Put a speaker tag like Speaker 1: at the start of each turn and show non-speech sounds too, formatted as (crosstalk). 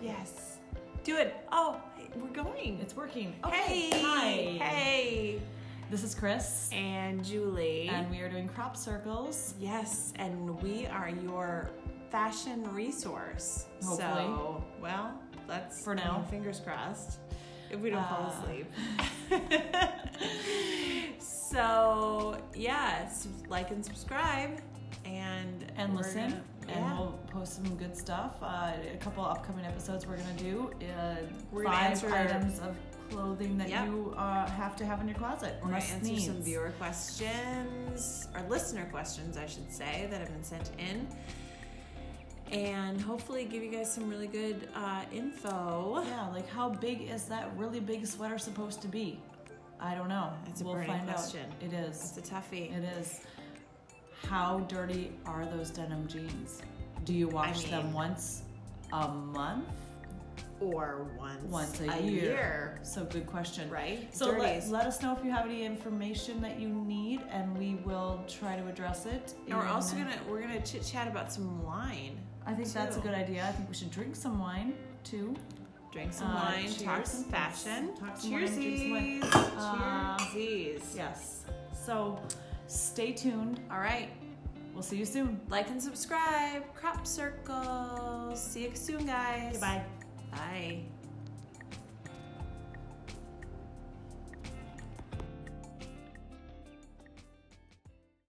Speaker 1: Yes. Do it. Oh, we're going. It's working.
Speaker 2: Okay.
Speaker 1: Hey.
Speaker 2: Hi.
Speaker 1: Hey.
Speaker 2: This is Chris,
Speaker 1: And Julie.
Speaker 2: and we are doing crop circles.
Speaker 1: yes, and we are your fashion resource. So,
Speaker 2: Hopefully.
Speaker 1: well, let's
Speaker 2: For now.
Speaker 1: Fingers crossed. If we don't fall
Speaker 2: Uh.
Speaker 1: asleep. (laughs) so yeah, s- like and subscribe, and
Speaker 2: And
Speaker 1: we're
Speaker 2: listen,
Speaker 1: gonna-
Speaker 2: and
Speaker 1: yeah.
Speaker 2: we'll post some good stuff. Uh, a couple upcoming episodes we're gonna do. Uh,
Speaker 1: We're gonna
Speaker 2: five
Speaker 1: answer-
Speaker 2: items of clothing that
Speaker 1: Yep.
Speaker 2: you uh, have to have in your closet.
Speaker 1: We're going to
Speaker 2: Must
Speaker 1: answer some
Speaker 2: needs.
Speaker 1: viewer questions, or listener questions, I should say, that have been sent in. And hopefully give you guys some really good uh, info.
Speaker 2: Yeah, like how big is that really big sweater supposed to be? I don't know.
Speaker 1: It's a
Speaker 2: we'll
Speaker 1: burning
Speaker 2: find
Speaker 1: question.
Speaker 2: out. It is.
Speaker 1: It's a toughie.
Speaker 2: It is. How dirty are those denim jeans? Do you wash
Speaker 1: mean-
Speaker 2: them once a month?
Speaker 1: Or once,
Speaker 2: Once a, year. So good question.
Speaker 1: Right?
Speaker 2: So let,
Speaker 1: Dirties.
Speaker 2: let us know if you have any information that you need, and we will try to address it.
Speaker 1: And we're also
Speaker 2: And
Speaker 1: gonna we're gonna chit chat about some wine,
Speaker 2: I think that's a
Speaker 1: too.
Speaker 2: good idea. I think we should drink some wine too.
Speaker 1: drink some
Speaker 2: Uh,
Speaker 1: wine, talk
Speaker 2: cheers.
Speaker 1: some fashion,
Speaker 2: Talk some wine, drink some wine.
Speaker 1: Cheersies.
Speaker 2: Uh,
Speaker 1: Cheersies.
Speaker 2: Yes. So stay tuned.
Speaker 1: All right,
Speaker 2: We'll see you soon.
Speaker 1: like and subscribe. Crop circles. See you soon, guys.
Speaker 2: Goodbye.
Speaker 1: Bye.